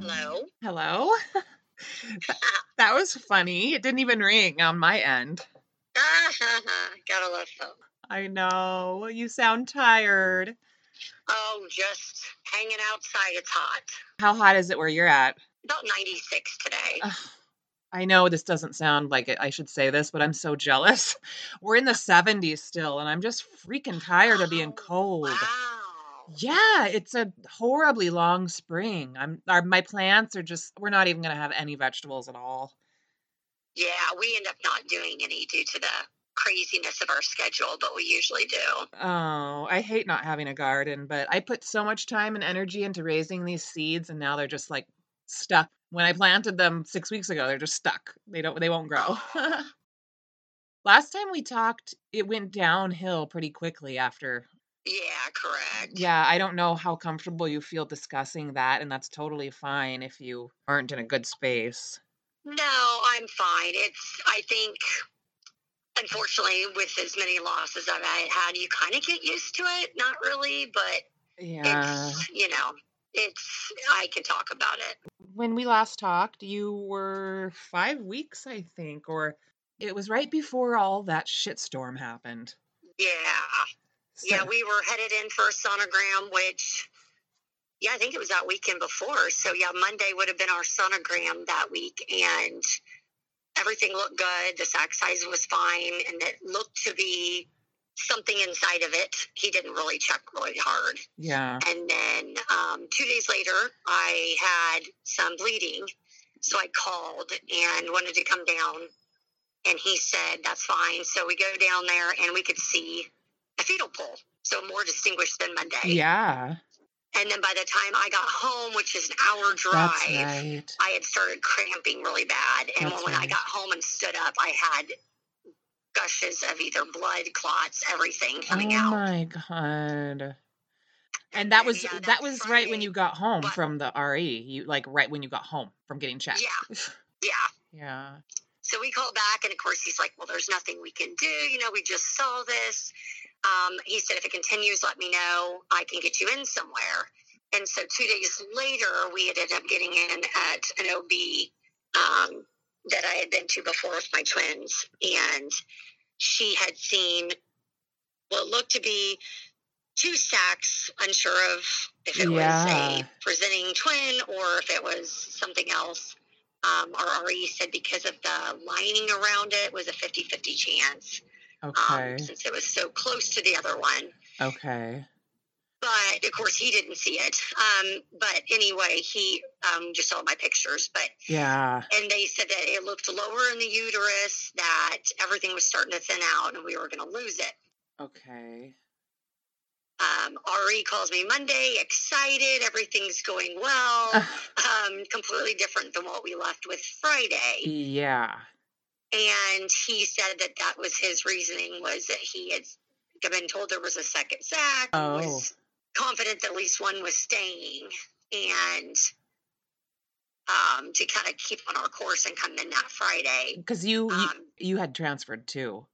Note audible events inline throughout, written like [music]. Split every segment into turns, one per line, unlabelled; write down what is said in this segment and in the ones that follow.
Hello?
Hello? [laughs] That that was funny. It didn't even ring on my end.
Gotta love them.
I know. You sound tired.
Oh, just hanging outside. It's hot.
How hot is it where you're at?
About 96 today.
Ugh, I know this doesn't sound like it. I should say this, but I'm so jealous. [laughs] We're in the 70s still, and I'm just freaking tired of [gasps] being
Oh,
cold.
Wow.
Yeah, it's a horribly long spring. I'm our, my plants are just we're not even going to have any vegetables at all.
Yeah, we end up not doing any due to the craziness of our schedule, but we usually do.
Oh, I hate not having a garden, but I put so much time and energy into raising these seeds and now they're just like stuck. When I planted them 6 weeks ago, they're just stuck. They don't they won't grow. [laughs]
Oh,
Last time we talked, it went downhill pretty quickly after.
yeah, correct.
Yeah, I don't know how comfortable you feel discussing that and that's totally fine if you aren't in a good space.
No, I'm fine. It's, I think, unfortunately, with as many losses I've had, had, you kind of get used to it. Not really, but
Yeah.
it's you know it's i can talk about it
when we last talked, you were five weeks, I think, or it was right before all that shitstorm happened.
yeah yeah
So,
we were headed in for a sonogram which yeah i think it was that weekend before so yeah monday would have been our sonogram that week and everything looked good the sac size was fine and it looked to be something inside of it he didn't really check really hard [laughs]
yeah.
And then um, two days later, I had some bleeding. So I called and wanted to come down. And he said, that's fine. So we go down there and we could see a fetal pole. So more distinguished than Monday.
Yeah.
And then by the time I got home, which is an hour
That's
drive,
right.
I had started cramping really bad. And
That's
when I
right.
got home and stood up, I had gushes of either blood, clots, everything coming
Oh
out.
my God.
And
And that
then,
was
yeah, that
that was right when
Friday,
you got home
but
from the RE. You like right when you got home from getting
yeah,
checked. [laughs]
yeah.
yeah.
So we called back, and of course, he's like, Well, there's nothing we can do. You know, we just saw this. Um, he said, If it continues, let me know. I can get you in somewhere. And so two days later, we ended up getting in at an OB um, that I had been to before with my twins. And she had seen what looked to be two sacks, unsure of if it was a
Yeah.
presenting twin or if it was something else. Um, our RE said because of the lining around it was a 50 50 chance um, [laughs]
Okay.
since it was so close to the other one.
Okay.
But of course, he didn't see it. Um, but anyway, he um, just saw my pictures. But
Yeah.
and they said that it looked lower in the uterus, that everything was starting to thin out, and we were going to lose it.
Okay.
Um, Ari calls me Monday, excited, everything's going well,
Uh.
um, completely different than what we left with Friday.
yeah.
And he said that that was his reasoning was that he had been told there was a second sack,
Oh.
was confident that at least one was staying, and um, to kind of keep on our course and come in that Friday.
Because you, you
Um,
you had transferred too.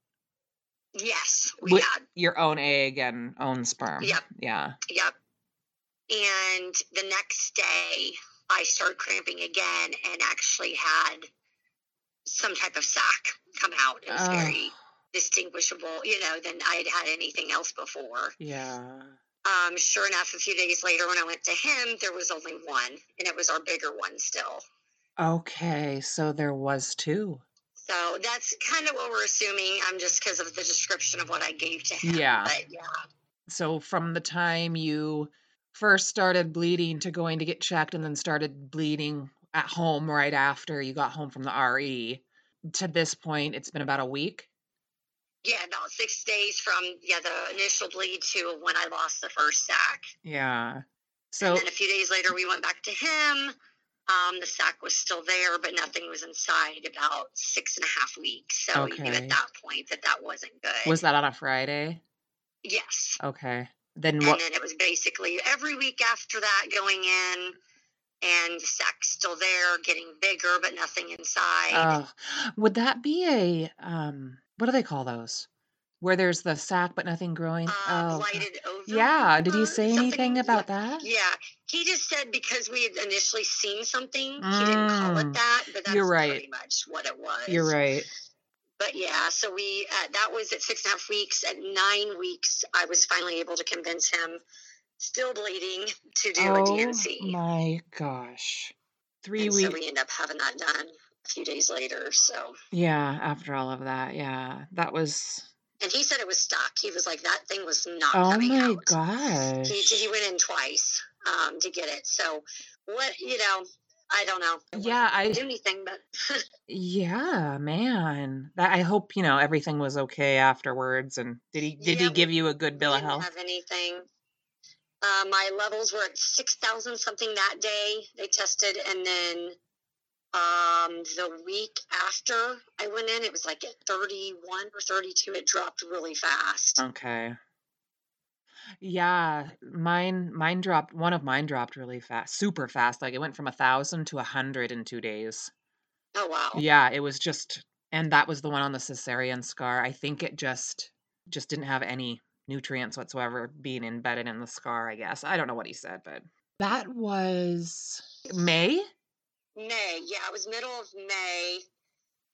yes, we
with
had.
your own egg and own sperm.
Yep,
Yeah.
yep. And the next day, I started cramping again and actually had some type of sack come out. It was
Oh,
very distinguishable, you know, than I'd had anything else before.
yeah.
Um, sure enough, a few days later, when I went to him, there was only one, and it was our bigger one still.
Okay, so there was two.
So that's kind of what we're assuming. I'm um, just because of the description of what I gave to him.
Yeah.
But yeah,
So from the time you first started bleeding to going to get checked and then started bleeding at home right after you got home from the RE to this point, it's been about a week.
yeah, about six days from yeah the initial bleed to when I lost the first sack.
Yeah.
And then
So,
a few days later, we went back to him. Um, the sack was still there, but nothing was inside about six and a half weeks. So we knew at
okay.
that point that that wasn't
Was
good.
that on a Friday?
Yes.
Okay. Then
And
what?
then it was basically every week after that going in. and sack's still there, getting bigger, but nothing inside.
Oh, would that be a um? What do they call those? Where there's the sack but nothing growing.
uh,
oh, God.
blighted over.
yeah. Did he say
something-
anything about that?
Yeah, he just said because we had initially seen something, he didn't call
Mm.
it that, but that's
You're right.
pretty much what it was.
You're right.
But yeah, so we uh, that was at six and a half weeks. At nine weeks, I was finally able to convince him, still bleeding, to do a
oh
DNC.
my gosh. Three
and
weeks.
so we end up having that done a few days later. So,
yeah. After all of that. Yeah. That was.
and he said it was stuck. He was like, that thing was not
Oh
coming
my
out.
gosh.
He, he went in twice um, to get it. So, what you know, I don't know. It wasn't
Yeah,
gonna
I-
do anything, but
Yeah, man. That I hope, you know, everything was okay afterwards and did he did
Yeah,
he
we-
give you a good bill
we
of
didn't
health?
have anything. Uh, my levels were at six thousand something that day. They tested, and then um, the week after I went in, it was like at thirty one or thirty two. It dropped really fast.
Oh. Okay. Yeah, mine mine dropped one of mine dropped really fast, super fast. Like it went from a thousand to a hundred in two days.
Oh wow!
Yeah, it was just and that was the one on the cesarean scar. I think it just just didn't have any nutrients whatsoever being embedded in the scar, I guess. I don't know what he said, but that was May?
May, yeah, it was middle of May. I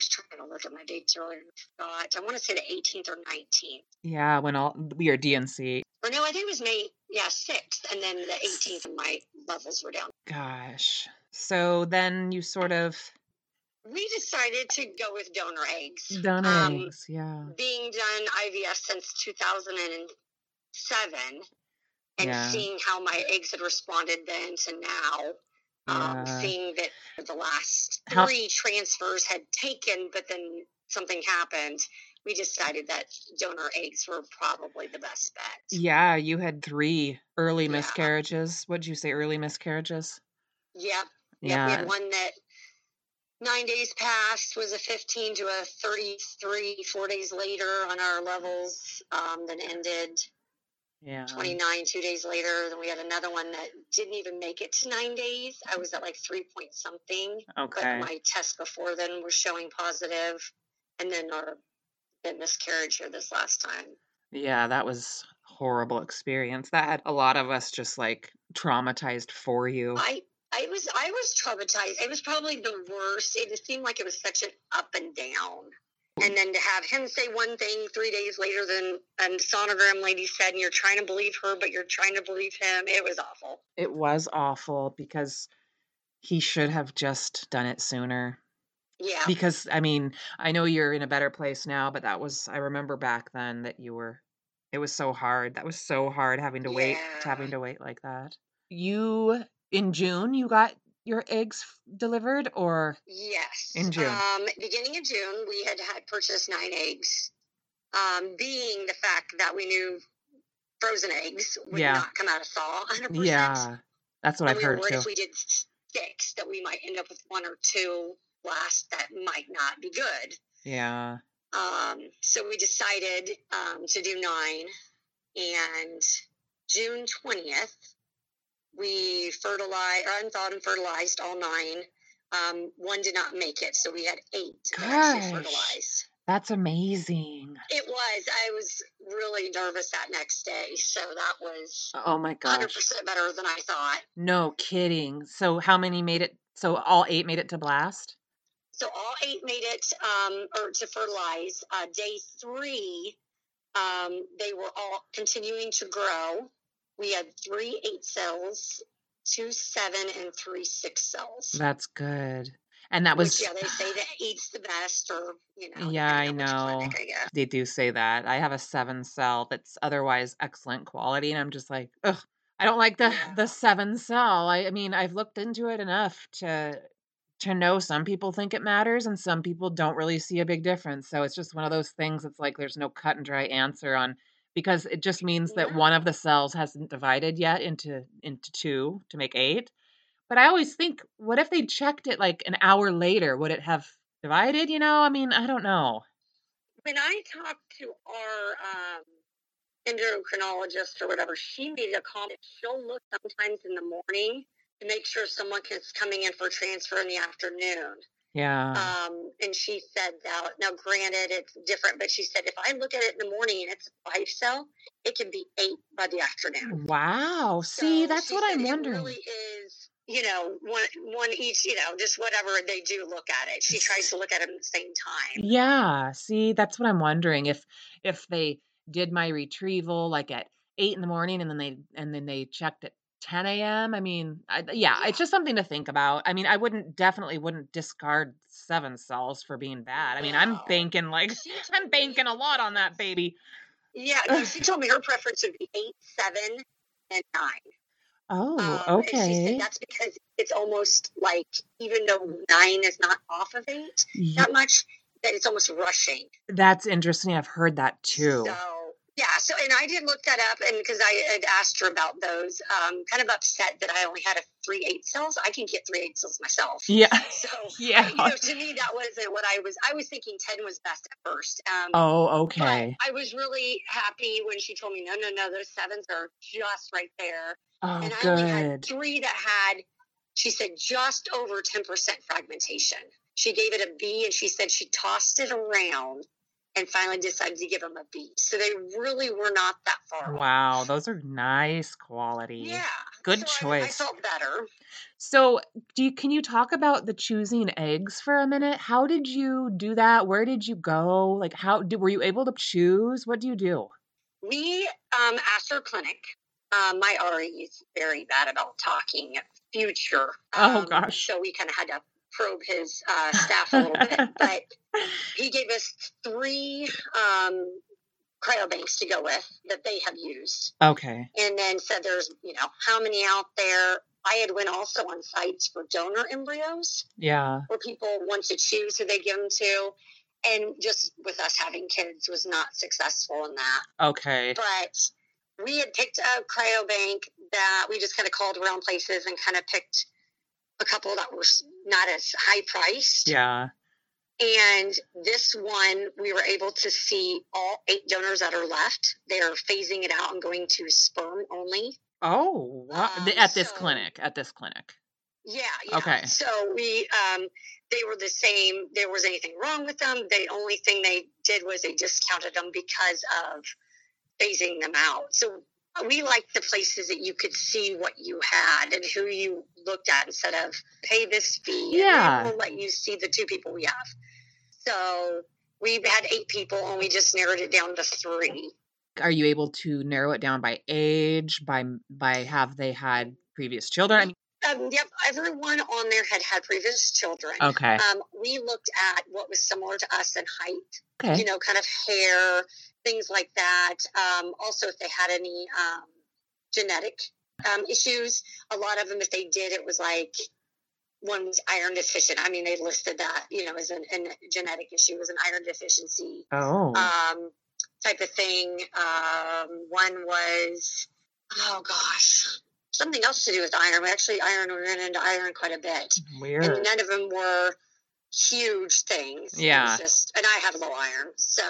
was trying to look at my dates earlier and forgot. I want to say the 18th or 19th.
Yeah, when all we are DNC.
Or no, I think it was May, yeah, 6th. And then the 18th, my levels were down.
Gosh. So then you sort of
We decided to go with donor eggs.
done
Um,
eggs, yeah.
Being done IVF since 2007 and
Yeah.
seeing how my eggs had responded then to now. Um,
Yeah.
seeing that the last
How-
three transfers had taken, but then something happened, we decided that donor eggs were probably the best bet.
Yeah, you had three early
Yeah.
miscarriages. What did you say? Early miscarriages?
Yep. Yep, we
Yeah.
had one that nine days passed was a 15 to a 33, four days later on our levels, um, then ended
Yeah.
29 two days later. Then we had another one that didn't even make it to nine days. I was at like three point something,
Okay.
but my tests before then were showing positive, and then our then miscarriage here this last time.
Yeah, that was horrible experience. That had a lot of us just like traumatized for you.
I I was I was traumatized. It was probably the worst. It seemed like it was such an up and down. And then to have him say one thing three days later than a sonogram lady said, and you're trying to believe her, but you're trying to believe him. It was awful.
It was awful because he should have just done it sooner.
Yeah.
because I mean, I know you're in a better place now, but that was I remember back then that you were it was so hard. That was so hard having to wait, to having
Yeah.
to wait like that. You in June you got your eggs f- delivered or
Yes.
In June.
Um, beginning of June, we had had purchased nine eggs. Um, being the fact that we knew frozen eggs would
Yeah.
not come out of thaw 100%.
Yeah. That's what
and
I've
we were
heard
worried
too.
if we did six that we might end up with one or two last that might not be good.
Yeah.
Um, so we decided um, to do nine. And June 20th, we fertilized, unthawed and fertilized all nine. Um, one did not make it, so we had eight that actually
Gosh.
fertilized.
That's amazing.
It was. I was really nervous that next day, so that was
Oh my
100%
gosh.
better than I thought.
No kidding. So how many made it so all 8 made it to blast?
so all eight made it um, or to fertilize. Uh, day three, um, they were all continuing to grow. We had three eight cells, two seven, and three six cells.
That's good. And that was
which yeah, they say that eight's the best, or you know,
Yeah, I
depending on which
know.
clinic, I guess.
they do say that. I have a seven cell that's otherwise excellent quality, and I'm just like, ugh, I don't like the
Yeah.
the seven cell. I, I mean, I've looked into it enough to to know some people think it matters, and some people don't really see a big difference. So it's just one of those things. It's like there's no cut and dry answer on because it just means that one of the cells hasn't divided yet into into two to make eight. But I always think, what if they checked it like an hour later? Would it have divided? You know, I mean, I don't know.
When I talked to our um, endocrinologist or whatever, she made a comment. She'll look sometimes in the morning make sure someone is coming in for transfer in the afternoon.
Yeah.
Um, and she said that now, granted, it's different, but she said if I look at it in the morning and it's a five cell, it can be eight by the afternoon.
wow. See,
So
that's
she
what
said
I'm
it
wondering.
Really is you know one one each you know just whatever they do look at it. She tries to look at them at the same time.
Yeah, see, that's what I'm wondering if if they did my retrieval like at eight in the morning and then they and then they checked at 10 a.m. I mean, I, yeah,
Yeah.
it's just something to think about. I mean, I wouldn't definitely wouldn't discard seven cells for being bad. I mean, I'm
No.
banking like [laughs]
She
I'm
told me
banking a
her
lot on that
preference-
baby.
Yeah, no, she told me her preference would be eight, seven, and nine.
Oh,
Um, and she said
okay.
that's because it's almost like even though nine is not off of eight
Ye-
that much, that it's almost rushing.
That's interesting. I've heard that too.
So yeah, so and I did look that up, and because I had asked her about those, um, kind of upset that I only had a three eight cells. I can get three eight cells myself. [laughs]
Yeah. [laughs]
So
Yeah.
you know, to me that wasn't what I was. I was thinking ten was best at first. Um,
Oh,
but
okay.
I was really happy when she told me, no, no, no, those sevens are just right there.
Oh,
And I only had
good.
three that had, she said, just over 10% fragmentation. She gave it a B and she said she tossed it around and finally decided to give them a B. So they really were not that far off.
Wow, those are nice quality.
Yeah. So
Good
I, was, I
choice.
felt better.
So, do you, can you talk about the choosing eggs for a minute? How did you do that? Where did you go? Like, how did, were you able to choose? What do you do?
We, um, Astor Clinic, um, my RE is very bad about talking future.
Oh
Um,
gosh.
so we kind of had to probe his
[laughs]
uh, staff a little bit, but he gave us three um, cryobanks to go with that they have used.
okay.
And then said there's, you know, how many out there. I had went also on sites for donor embryos
Yeah.
where people want to choose who they give them to. And just with us having kids was not successful in that
Okay.
but we had picked a cryobank that we just kind of called around places and kind of picked a couple that were s- not as high priced.
Yeah.
And this one, we were able to see all eight donors that are left. They're phasing it out and going to sperm only.
Oh, wow.
Um,
at this
so-
clinic. At this clinic.
Yeah, yeah.
Okay.
So we, um, they were the same. There was anything wrong with them. The only thing they did was they discounted them because of phasing them out. So we liked the places that you could see what you had and who you looked at instead of pay this fee.
Yeah.
And then we'll let you see the two people we have. So we had eight people and we just narrowed it down to three.
Are you able to narrow it down by age? By by, have they had previous children? I mean,
Um, yep, everyone on there had had previous children.
okay.
Um, we looked at what was similar to us in height,
Okay.
you know, kind of hair, things like that. Um, also, if they had any um, genetic um, issues, a lot of them, if they did, it was like one was iron deficient. I mean, they listed that, you know, as an, an genetic issue, it was an iron deficiency
Oh.
um, type of thing. Um, one was, oh gosh, something else to do with iron. We actually iron, we ran into iron quite a bit, and
Weird.
none of them were huge things. It
Yeah.
was just, and I have low iron, so.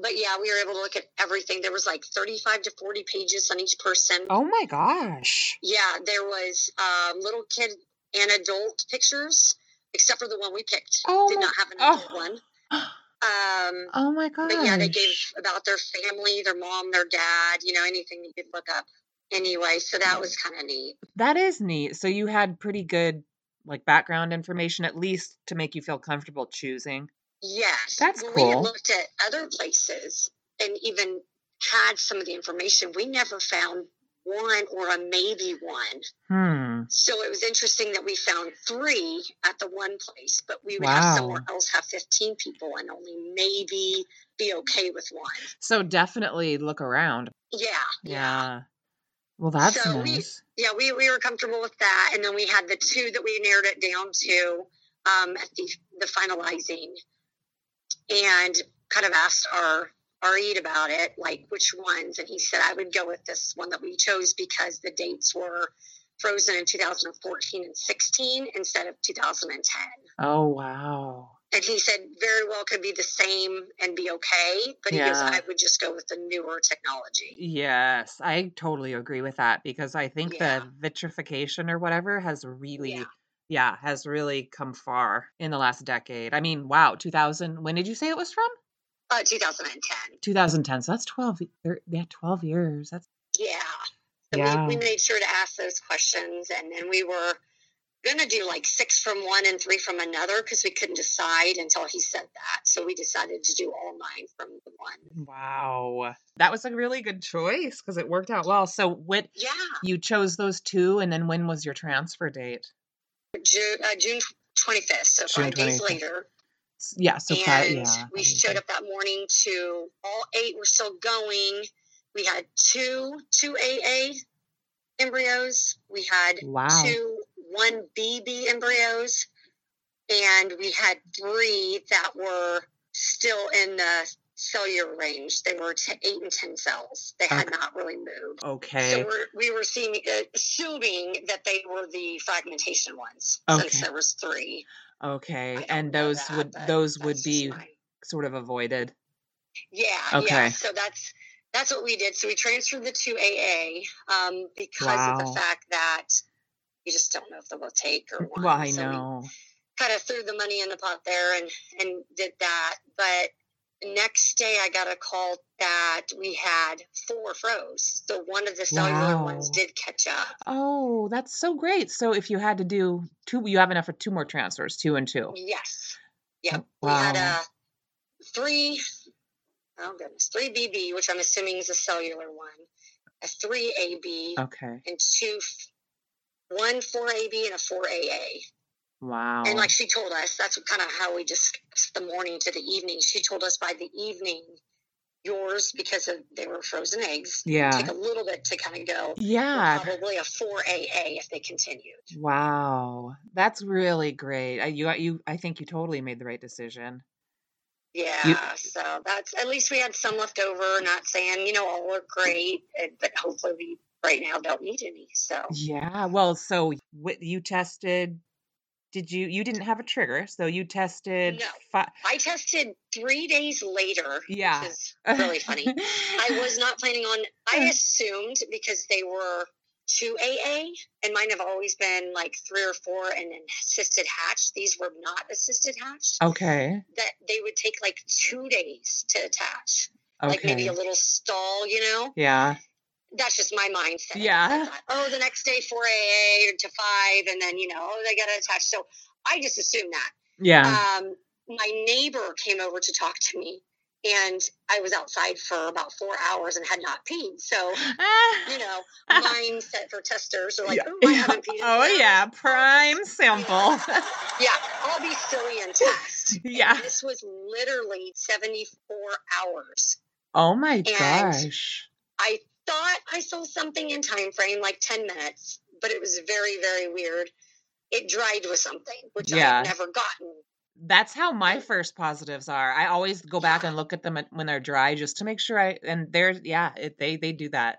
But yeah, we were able to look at everything. There was like thirty-five to forty pages on each person.
Oh my gosh.
Yeah, there was um, little kid and adult pictures, except for the one we picked.
Oh
Did
my.
not have an adult one.
[gasps] Oh.
Um,
Oh my
but yeah, they gave
gosh.
about their family, their mom, their dad, you know, anything you could look up anyway. So that was kind of neat.
That is neat. So you had pretty good like background information at least to make you feel comfortable choosing.
Yes.
That's
When we had
cool.
looked at other places and even had some of the information, we never found one or a maybe one.
Hmm.
So it was interesting that we found three at the one place, but we would have somewhere
Wow.
else have 15 people and only maybe be okay with one.
So definitely look around.
Yeah. Yeah.
Yeah. Well, that's
So we,
nice.
yeah, we, we were comfortable with that. And then we had the two that we narrowed it down to um, at the, the finalizing and kind of asked our Reed about it, like which ones. And he said, I would go with this one that we chose because the dates were frozen in 2014 and 16 instead of 2010.
Oh wow.
And he said very well could be the same and be okay, but he goes,
Yeah.
I would just go with the newer technology.
Yes, I totally agree with that because I think
Yeah.
the vitrification or whatever has really,
Yeah.
yeah, has really come far in the last decade. I mean, wow, 2000, when did you say it was from?
Uh, 2010.
2010. So that's 12, y- thir- yeah, 12 years. That's,
Yeah. So
yeah.
we, we made sure to ask those questions and then we were going to do like six from one and three from another because we couldn't decide until he said that. So we decided to do all nine from the one.
Wow. That was a really good choice because it worked out well. So what
Yeah.
you chose those two and then when was your transfer date?
June, uh, June 25th, so
June
five days
25th.
later.
S- Yeah, so five,
and
yeah.
we
five years
showed
later.
up that morning to all eight were still going we had two two aa embryos we had
Wow.
two one bb embryos and we had three that were still in the cellular range they were to eight and ten cells they had
Okay.
not really moved so
Okay.
we're, we were seeing, uh, assuming that they were the fragmentation ones since
Okay.
there was three i
Okay.
don't
And
know
those
that
would
but
those would
that's just
be
my
sort of avoided.
Yeah, yeah.
Okay.
So that's that's what we did. So we transferred the two AA um, because of the
Wow.
fact that you just don't know if they will take or
Well,
one.
I
So we
know.
kind of threw the money in the pot there and and did that. But the next day I got a call that we had four froze. So one of the cellular ones
Wow.
did catch up.
Oh, that's so great. So if you had to do two, you have enough for two more transfers, two and two.
Yes. Yep.
Oh,
We had
Wow.
a three oh goodness, three BB, which I'm assuming is a cellular one, a three AB,
Okay.
and two one 4AB and a 4AA. And like
Wow.
she told us, that's kind of how we discussed the morning to the evening. She told us by the evening, yours, because of, they were frozen eggs, would take
Yeah.
a little bit to kind of go, were
Yeah. th-
probably a 4AA if they continued.
Wow. That's really great. I, you, uh, you, I think you totally made the right decision. You,
Yeah, so that's at least we had some left over. Not saying, you know, all are great, eh, but hopefully we right now don't need any. So,
yeah. Well, so what you tested, did you, you didn't have a trigger. So you tested
no.
five.
I tested three days later, which
Yeah.
is really funny. I was not planning on.
Mm.
I assumed because they were two AA, and mine have always been like three or four, and an assisted hatch. These were not assisted hatched.
[laughs] Oh. okay.
That they would take like two days to attach, like maybe a
Okay.
little stall, you know.
Yeah.
That's just my mindset. I
Yeah.
thought, oh, the next day four AA to five, and then you know, oh, they got to attach. So I just assumed that
Yeah.
um, my neighbor came over to talk to me and i was outside for about four hours and had not peed
[laughs]
so Uh,
Oh,
you know mindset for testers are like
yeah.
oh i
yeah.
haven't peed in four
[laughs] Oh,
hours
yeah.
i'll be
Prime
you know
sample. [laughs]
yeah i'll be silly and test and [laughs]
yeah.
this was literally 74 hours
Oh my
and
gosh.
i thought i saw something in time frame like 10 minutes but it was very very weird it dried with something which i had
Yeah.
never gotten
That's how my
and
first positives are. I always go
yeah
back and look at them at, when they're dry just to make sure I and they're yeah, it, they they do that.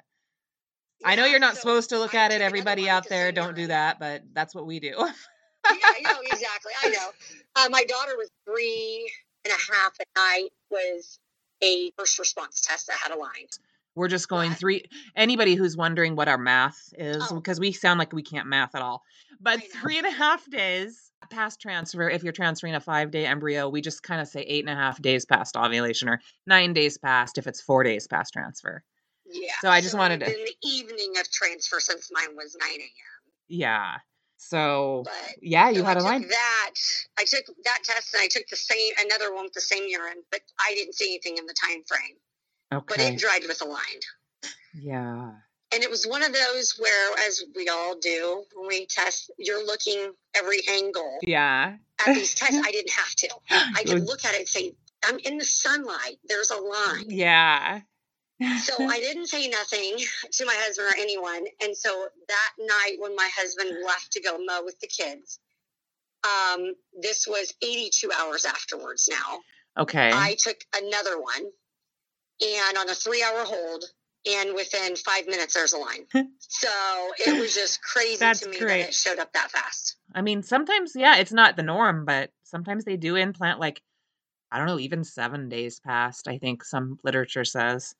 I know
Yeah,
you're not
so
supposed to look
I
at it.
took another
Everybody
one
out
to
there
see
don't do
urine.
that, but that's what we do.
[laughs]
[laughs]
Yeah, you know, exactly. I know. Uh, my daughter was three and a half, and I was a first response test that had a line.
We're just going
What?
three anybody who's wondering what our math is
Oh,
because we sound like we can't math at all. But
I know.
three and a half days past transfer if you're transferring a 5-day embryo, we just kind of say eight and a half days past ovulation or 9 days past if it's 4 days past transfer.
Yeah,
So I just
so it
wanted
had
to
been the evening of transfer since mine was 9 a.m.
Yeah. So,
But
yeah, you
so I
had a
took
line.
that. I took that test and I took the same another one with the same urine, but I didn't see anything in the time frame. But it
Okay.
dried with a line.
Yeah.
and it was one of those where as we all do when we test you're looking every angle
Yeah.
at these
[laughs]
tests i didn't have to [gasps] i could
Good.
look at it and say i'm in the sunlight there's a line
yeah.
so
Mm-hmm.
i didn't say nothing to my husband or anyone and so that night when my husband left to go mow with the kids um, this was 82 hours afterwards now
okay.
i took another one and on a three hour hold and within five minutes there's a
[laughs]
line so it was just crazy
That's
to me that
great.
it showed up that fast
I mean, sometimes yeah, it's not the norm, but sometimes they do implant like I don't know, even seven days past, I think some literature says.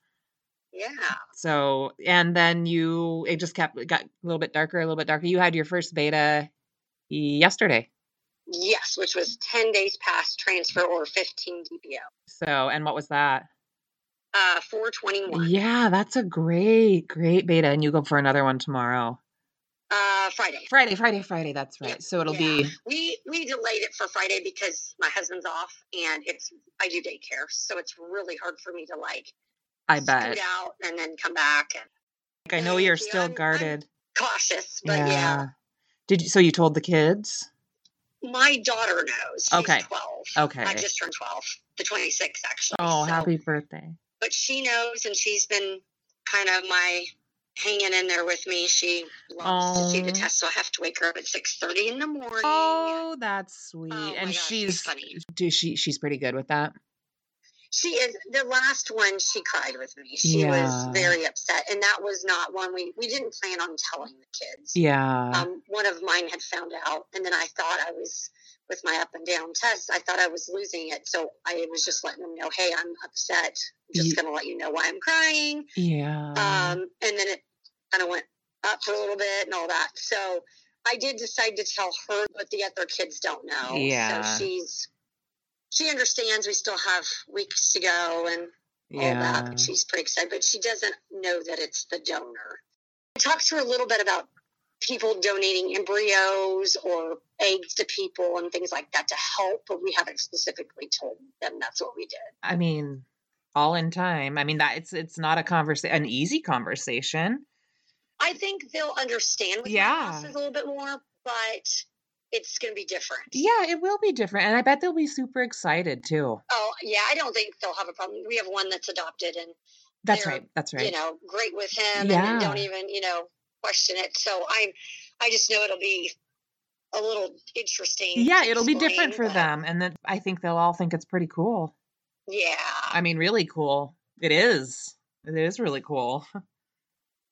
Yeah.
So, and then you, it just kept, it got a little bit darker, a little bit darker. You had your first beta yesterday.
Yes, which was 10 days past transfer or 15 DPO.
So, and what was that?
Uh, 421.
Yeah, that's a great, great beta. And you go for another one tomorrow.
Uh, Friday.
Friday, Friday, Friday. That's right. So it'll be,
We we delayed it for Friday because my husband's off and it's I do daycare, so it's really hard for me to like
I bet.
scoot out and then come back and
I know you're
Yeah,
still
I'm- I'm-
guarded.
cautious. But yeah,
Did you, so you told the kids?
my daughter knows. She's
Okay.
twelve.
Okay.
I just turned twelve, the twenty sixth actually.
Oh,
so-
happy birthday.
But she knows, and she's been kind of my hanging in there with me. She loves to see the
Aw.
test, so I have to wake her up at six thirty in the morning.
Oh, that's sweet.
Oh my
and
gosh, she's
she's
funny.
do she she's pretty good with that.
She is the last one. She cried with me. She
Yeah.
was very upset, and that was not one we we didn't plan on telling the kids.
Yeah.
Um, one of mine had found out, and then I thought I was with my up and down tests. I thought I was losing it, so I was just letting them know, "Hey, I'm upset. I'm just
Ye-
going to let you know why I'm crying."
yeah.
Um, and then it kind of went up for a little bit and all that. So I did decide to tell her, but the other kids don't know.
Yeah.
So she's she understands. We still have weeks to go and all that. But she's pretty excited, but she doesn't know that it's the donor. I talked to her a little bit about people donating embryos or eggs to people and things like that to help, but we haven't specifically told them that's what we did.
I mean, all in time. I mean that it's it's not a conversation an easy conversation.
I think they'll understand with
Yeah.
yeah. a little bit more, but it's going to be different.
Yeah, it will be different. And I bet they'll be super excited too.
Oh, yeah. I don't think they'll have a problem. We have one that's adopted and,
That's
They're-
right. That's right.
you know, great with him and don't
Yeah.
even, you know, question it. So I'm, I just know it'll be a little interesting.
yeah,
to
it'll be different
explain,
for
but
them. And then I think they'll all think it's pretty cool.
Yeah.
I mean, really cool. It is. It is really cool.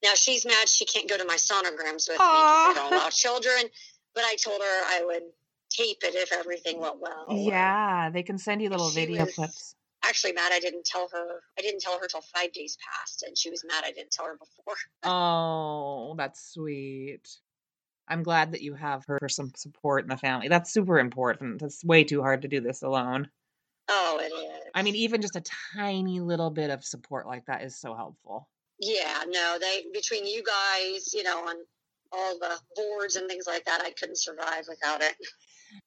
Now she's mad she can't go to my sonograms with me 'cause
Aw.
I don't allow children, but I told her I would tape it if everything went well. or-
yeah, they can send you
Oh, And
little
she
video
was- [laughs]
clips.
Actually, mad I didn't tell her. I didn't tell her till five days passed, and she was mad I didn't tell her before. [laughs]
Oh, that's sweet. I'm glad that you have her for some support in the family. That's super important. It's way too hard to do this alone.
Oh, it is.
I mean, even just a tiny little bit of support like that is so helpful.
yeah, no, they between you guys, you know, on all the boards and things like that, I couldn't survive without it.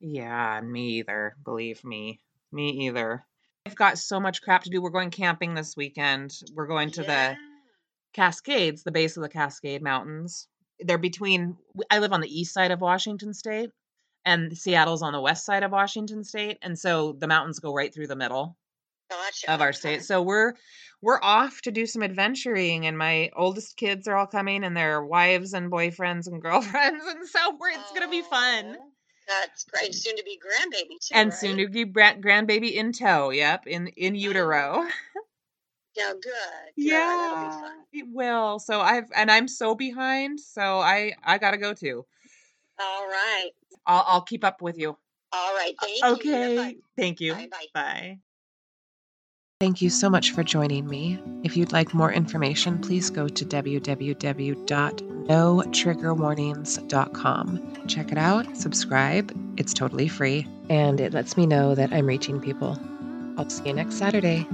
Yeah, me either. Believe me. Me either. I've got so much crap to do. We're going camping this weekend. We're going to the Cascades, the base of the Cascade Mountains. They're between, w- I live on the east side of Washington state, and Seattle's on the west side of Washington state. And so the mountains go right through the middle
Yeah, gotcha.
of our
okay.
state. So we're we're off to do some adventuring and my oldest kids are all coming and their wives and boyfriends and [laughs] girlfriends and so we're, it's going to be fun.
Oh, That's great. Soon to be grandbaby too.
And
right?
soon to be bra- grandbaby in tow, yep, in in utero. [laughs]
Yeah, good. good. That'll be
yeah.
fun.
It will. So I've and I'm so behind, so I I got to go too.
All right.
I'll I'll keep up with you.
All right. Thank you. Have fun.
okay. Thank you.
Bye bye.
Bye. Thank you so much for joining me. If you'd like more information, please go to www.notriggerwarnings.com. Check it out, subscribe, it's totally free, and it lets me know that I'm reaching people. I'll see you next Saturday.